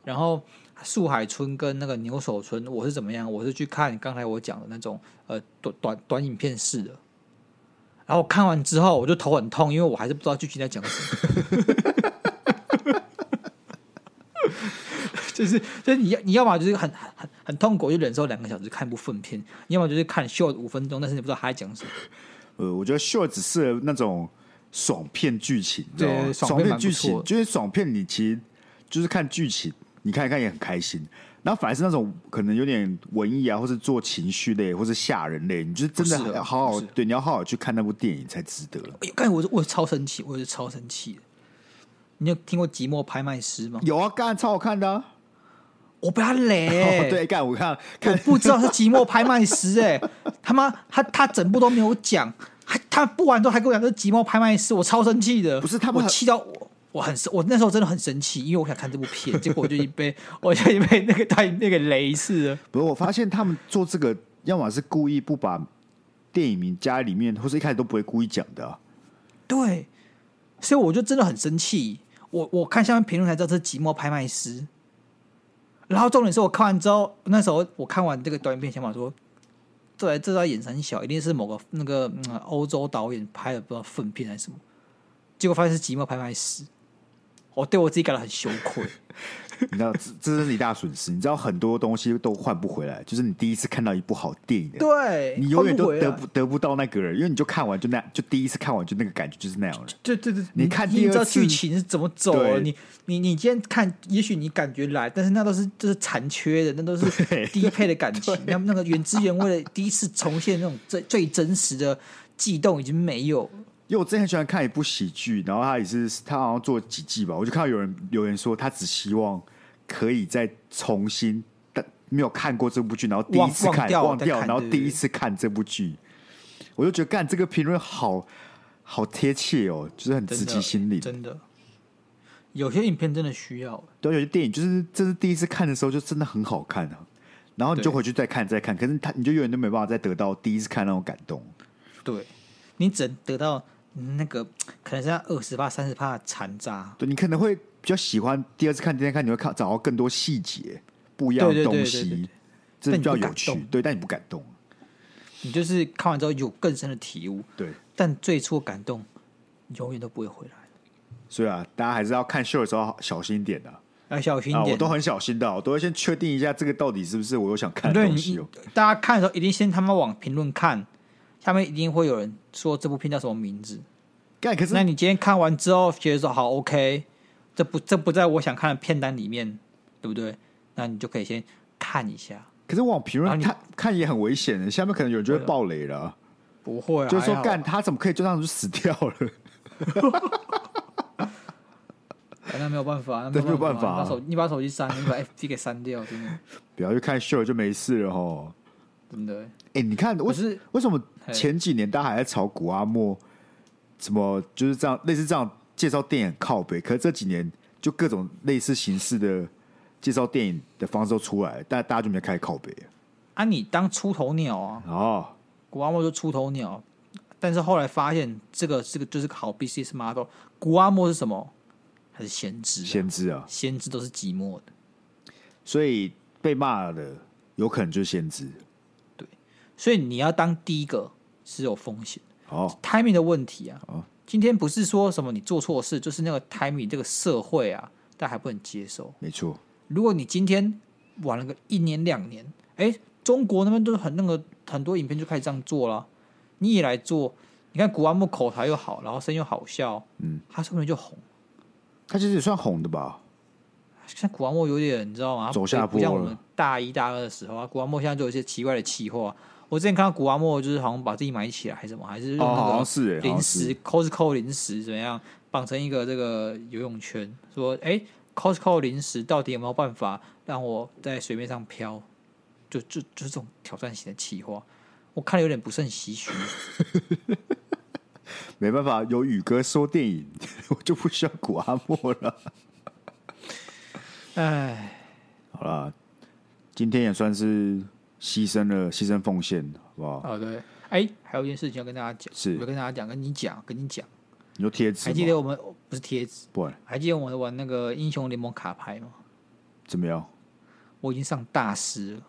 然后树海村跟那个牛首村，我是怎么样？我是去看刚才我讲的那种呃短短短影片式的。然后我看完之后，我就头很痛，因为我还是不知道剧情在讲什么。 就是就是你要你要么就是很很很很痛苦，就忍受两个小时看一部粪片；你要么就是看秀五分钟，但是你不知道他在讲什么。呃，我觉得 show 只适合那种爽片剧情，你知对道吗？爽爽片片蛮不剧错情的就是爽片，你其实就是看剧情，你看一看也很开心。然后反而是那种可能有点文艺啊，或是做情绪类，或是吓人类，你就真不适的合要好不好适合对，你要好好去看那部电影才值得。哎呦，干我是我超生气，我是超生气的。你有听过《寂寞拍卖师》吗？有啊，干超好看的、啊。我被他雷、欸哦， 对，干我看 我看不知道是寂寞拍卖师哎、他妈他他整部都没有讲，还他播完之后还跟我讲这是寂寞拍卖师，我超生气的。不是他们我很气到我。我很生我那时候真的很生气，因为我想看这部片，结果我就已经被我就已经被那个他那个雷似了。不是，我发现他们做这个，要么是故意不把电影名加在里面，或是一开始都不会故意讲的、 啊。对，所以我就真的很生气。我我看下面评论才知道这是寂寞拍卖师。然后重点是我看完之后，那时候我看完这个短片，想法说，这这在演很小，一定是某个那个、嗯、欧洲导演拍的，不知道粪片还是什么。结果发现是寂寞拍卖师，我对我自己感到很羞 愧。你知道，这这是一大损失。你知道很多东西都换不回来，就是你第一次看到一部好电影的，对，你永远换不都回得来不得不到那个人，因为你就看完就那就第一次看完就那个感觉就是那样了。对对对，你看你第已经二知道次剧情是怎么走了。对你你你今天看，也许你感觉来，但是那都是就是残缺的，那都是对低配的感情，那那个原汁原味的第一次重现那种最最真实的悸动已经没有了。因为我之前很喜欢看一部喜剧，然后他也是他好像做几季吧，我就看到有人留言说，他只希望可以再重新，但没有看过这部剧，然后第一次忘忘看掉忘再掉，看然后对第一次看这部剧，我就觉得干这个评论好好贴切哦，就是很真直的击心灵。真的。有些影片真的需要，对，有些电影就是真是第一次看的时候就真的很好看啊，然后你就对回去再看再看，可是他你就永远都没办法再得到第一次看那种感动。对你只能得到那个可能是二十帕、三十帕残渣。对你可能会比较喜欢第二次看、第三次看，你会看找到更多细节、不一样的对对对东对对西，这但比你不较有感趣动。对，但你不感动。你就是看完之后有更深的体悟，对，但最初的感动永远都不会回来。所以啊，大家还是要看秀的时候小心一点的啊要小心一啊！点。我都很小心的啊，我都会先确定一下这个到底是不是我有想看的对东你西哦。大家看的时候一定先他们往评论看，下面一定会有人说这部片叫什么名字。干，可是那你今天看完之后觉得说好 OK，这不这不在我想看的片单里面，对不对？那你就可以先看一下。可是往评然论后啊你看看也很危险的，下面可能有人就会对啊爆雷了啊，不会、啊，就是说还好干他怎么可以就这样就死掉 了？哎那没有办法，那对没有没有办法你把手你把手机删，你把 FB 给删掉，真的。不要去看秀就没事了哦。真的欸。哎、你看，为可是为什么前几年大家还在炒古阿莫，什么就是这样类似这样介绍电影很靠北，可是这几年就各种类似形式的介绍电影的方式都出来了，但大家就没开始靠北了啊，你当出头鸟啊，哦，古阿莫就出头鸟，但是后来发现这个这个就是个好 business model。古阿莫是什么？他是先知啊、先知啊，先知都是寂寞的，所以被骂的有可能就是先知所以你要当第一个是有风险的哦， ，timing 的问题啊。哦今天不是说什么你做错事，就是那个 timing 这个社会啊，大家还不能接受。没错，如果你今天晚了个一年两年，哎、中国那边都很那个很多影片就开始这样做了，你也来做，你看古阿莫口才又好，然后声音又好笑，嗯，他说不定就红。他其实也算红的吧，像啊古阿莫有点你知道吗？他走不下不像坡我了们大一大二的时候啊，古阿莫现在就有一些奇怪的企划。我之前看到古阿莫就是好像把自己埋起来，还是什么，还是用哦，好那像个是、欸，好零像是食 Costco 零食怎么样绑成一个这个游泳圈，说哎、Costco 零食到底有没有办法让我在水面上飘？就就就是这种挑战型的企划，我看了有点不胜唏嘘。没办法，有宇哥说电影， 我就不需要古阿莫了。哎，好啦，今天也算是牺牲了，牺牲奉献，好不好？哦对，哎、还有一件事情要跟大家讲，是我跟大家讲，跟你讲，跟你讲，你说贴纸还吗，记得我们哦不是贴纸。不然还记得我们玩那个英雄联盟卡牌吗？怎么样？ 我已经上大师了，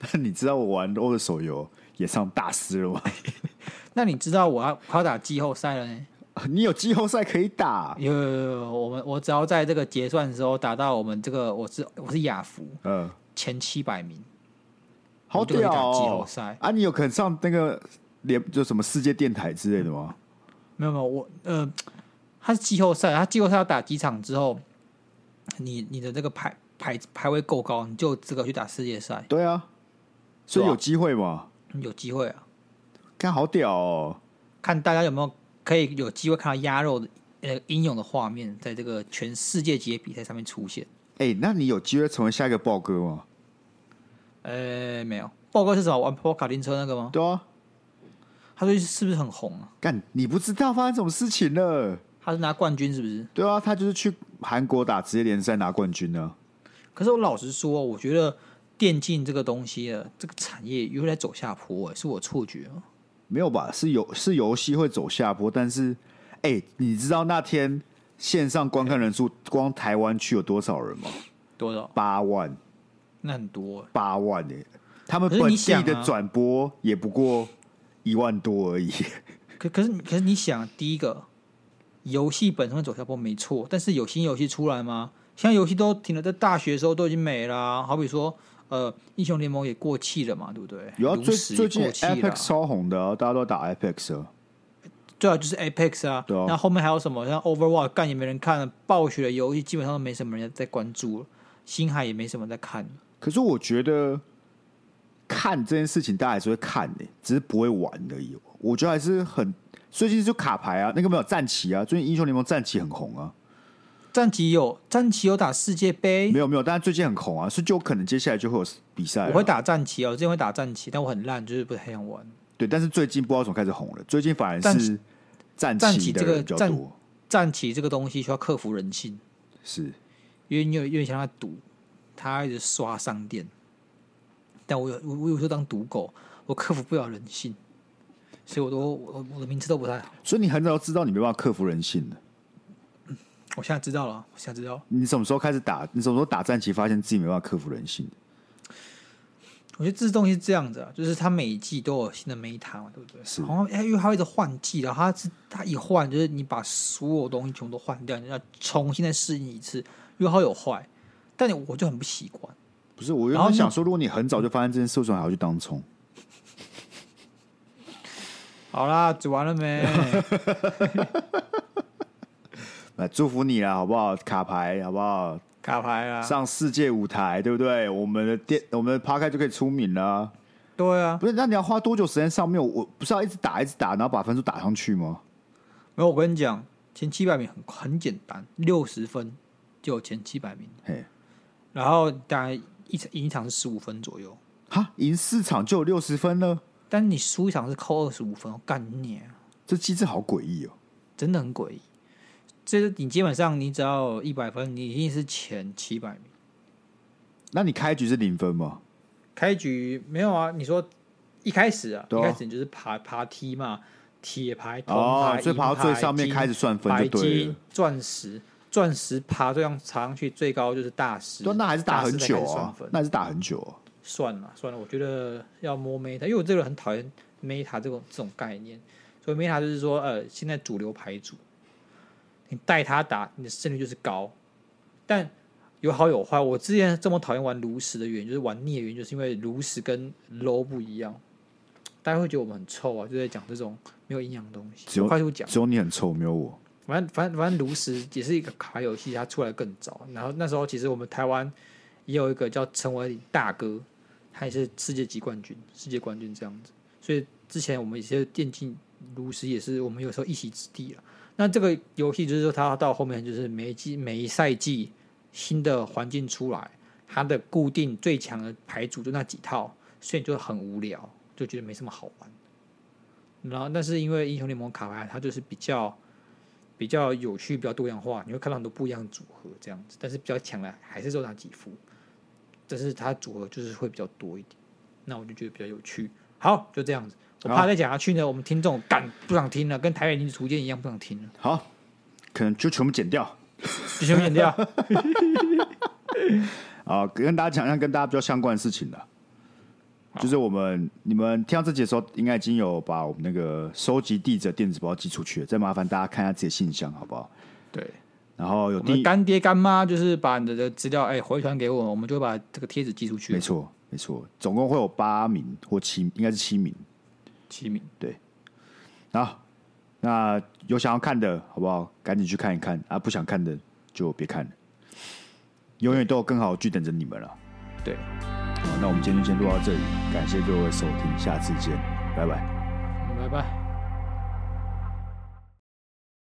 但你知道我玩欧的手游也上大师了吗？ 那你知道我要我要打季后赛了呢？你有季后赛可以打，有有有有，我们我只要在这个结算的时候打到我们这个我是我是亚服嗯、前七百名，好我就可以屌打季哦后！赛。啊，你有可能上那个连就什么世界电台之类的吗？没有没有，我呃，他是季后赛，他季后赛要打几场之后，你你的这个排排排位够高，你就有资格去打世界赛，对啊，所以对啊有机会嘛？你有机会啊！看好屌哦！看大家有没有可以有机会看到鸭肉的呃英勇的画面，在这个全世界级的比赛上面出现。哎、那你有机会成为下一个豹哥吗？呃，没有。豹哥是什么？玩跑卡丁车那个吗？对啊，他最近是不是很红啊？干你不知道发生什么事情了？他是拿冠军是不是？对啊，他就是去韩国打职业联赛拿冠军啊呢、可是我老实说，我觉得电竞这个东西啊，这个产业有点在走下坡、欸，是我错觉吗？没有吧？是游是游戏会走下坡，但是，哎、你知道那天线上观看人数光台湾区有多少人吗？多少？八万，那很多、欸。八万耶、他们可是本你地想的啊转播也不过一万多而已。可可是你可是你想，第一个游戏本身会走下坡没错，但是有新游戏出来吗？现在游戏都停了，在大学的时候都已经没啦、好比说，呃，英雄联盟也过气了嘛，对不对？有啊，炉最石也最近过气了 Apex 超红的、啊，大家都打 Apex 啊。对啊，就是 Apex 啊，对啊那后面还有什么像 Overwatch 干也没人看了，暴雪的游戏基本上都没什么人在关注了，星海也没什么在看了。可是我觉得看这件事情，大家还是会看的、只是不会玩而已。我觉得还是很最近就卡牌啊，那个没有战旗啊，最近英雄联盟战旗很红啊，战旗有战旗有打世界杯没，有没有，但是最近很红啊，所以就有可能接下来就会有比赛、我会，打战旗哦，我之前会打战旗，但我很烂，就是不太想玩。对，但是最近不知道怎么开始红了，最近反而战是战战旗旗的这个人比较战多，战旗这个东西需要克服人性，是因为你有有点像他赌，他一直刷商店，但我有我我有时候当赌狗，我克服不了人性，所以我都我我的名字都不太好。所以你很早就知道你没办法克服人性的。我现在知道了，我现在知道了。你什么时候开始打？你什么时候打战旗，发现自己没办法克服人性的？我觉得这东西是这样子啊，就是它每一季都有新的 meta 嘛，对不对？是好像哎因为它会一直换季，然后它是它一换就是你把所有东西全部都换掉，你要重新再适应一次，有好有坏。但你我就很不习惯，不是，我原然后本你想说，如果你很早就发现这件事，为什么还要去当冲？好啦，煮完了 没？来祝福你啦，好不好？卡牌好不好？卡牌啦，上世界舞台，对不对？我们的电，我们的 p 开就可以出名了。对啊，不是，那你要花多久时间上面？我不是要一直打，一直打，然后把分数打上去吗？没有我跟你讲，前七百名很很简单，六十分就有前七百名，嘿，然后大概一场赢一场是十五分左右，哈，赢四场就有六十分了，但你输一场是扣二十五分，我干你、啊，这机制好诡异哦。真的很诡异。这你基本上你只要一百分，你一定是前七百名。那你开局是零分吗？开局没有啊？你说一开始啊，对啊一开始你就是爬爬梯嘛，铁牌、铜牌、哦，所以银爬到最上面金开始算分白就对金了。、钻石、钻石爬这样爬上去，最高就是大师。对，那还是打很大师才久开始啊算，分那还是打很久、啊。算了算了，我觉得要摸 Meta，因为我这个人很讨厌 Meta 这种这种概念，所以 Meta 就是说，呃，现在主流牌组，你带他打，你的胜率就是高，但有好有坏。我之前这么讨厌玩炉石的原因，就是玩孽缘，就是因为炉石跟 low 不一样，大家会觉得我们很臭啊，就在讲这种没有营养的东西。只有我快速讲，只有你很臭，没有我。反正反正反正炉石也是一个卡牌游戏，它出来更早。然后那时候其实我们台湾也有一个叫陈伟霆大哥，他也是世界级冠军、世界冠军这样子。所以之前我们一些电竞炉石也是我们有时候一席之地了。那这个游戏就是说，它到后面就是每一季每一赛季新的环境出来，它的固定最强的牌组就那几套，所以就很无聊，就觉得没什么好玩。然后，但是因为英雄联盟卡牌它就是比较比较有趣、比较多样化，你会看到很多不一样的组合这样子。但是比较强的还是只有那几副，但是它组合就是会比较多一点。那我就觉得比较有趣。好，就这样子。我怕好再讲下去呢，我们听众干不想听了，跟台北女子图鉴一样不想听了，好，可能就全部剪掉。就全部剪掉。啊，跟大家讲一下跟大家比较相关的事情了，就是我们你们听到这集的时候，应该已经有把我们那个收集地址的电子包寄出去了，再麻烦大家看一下自己的信箱好不好？对，然后有我们的第干爹干妈就是把你的资料哎、回传给我们，我们就会把这个贴纸寄出去。没错没错，总共会有八名或七，应该是七名。七名，好，啊那有想要看的好不好？赶紧去看一看啊！不想看的就别看了，永远都有更好的剧等着你们了。对，好，那我们今天就先录到这里，感谢各位的收听，下次见，拜拜。拜拜。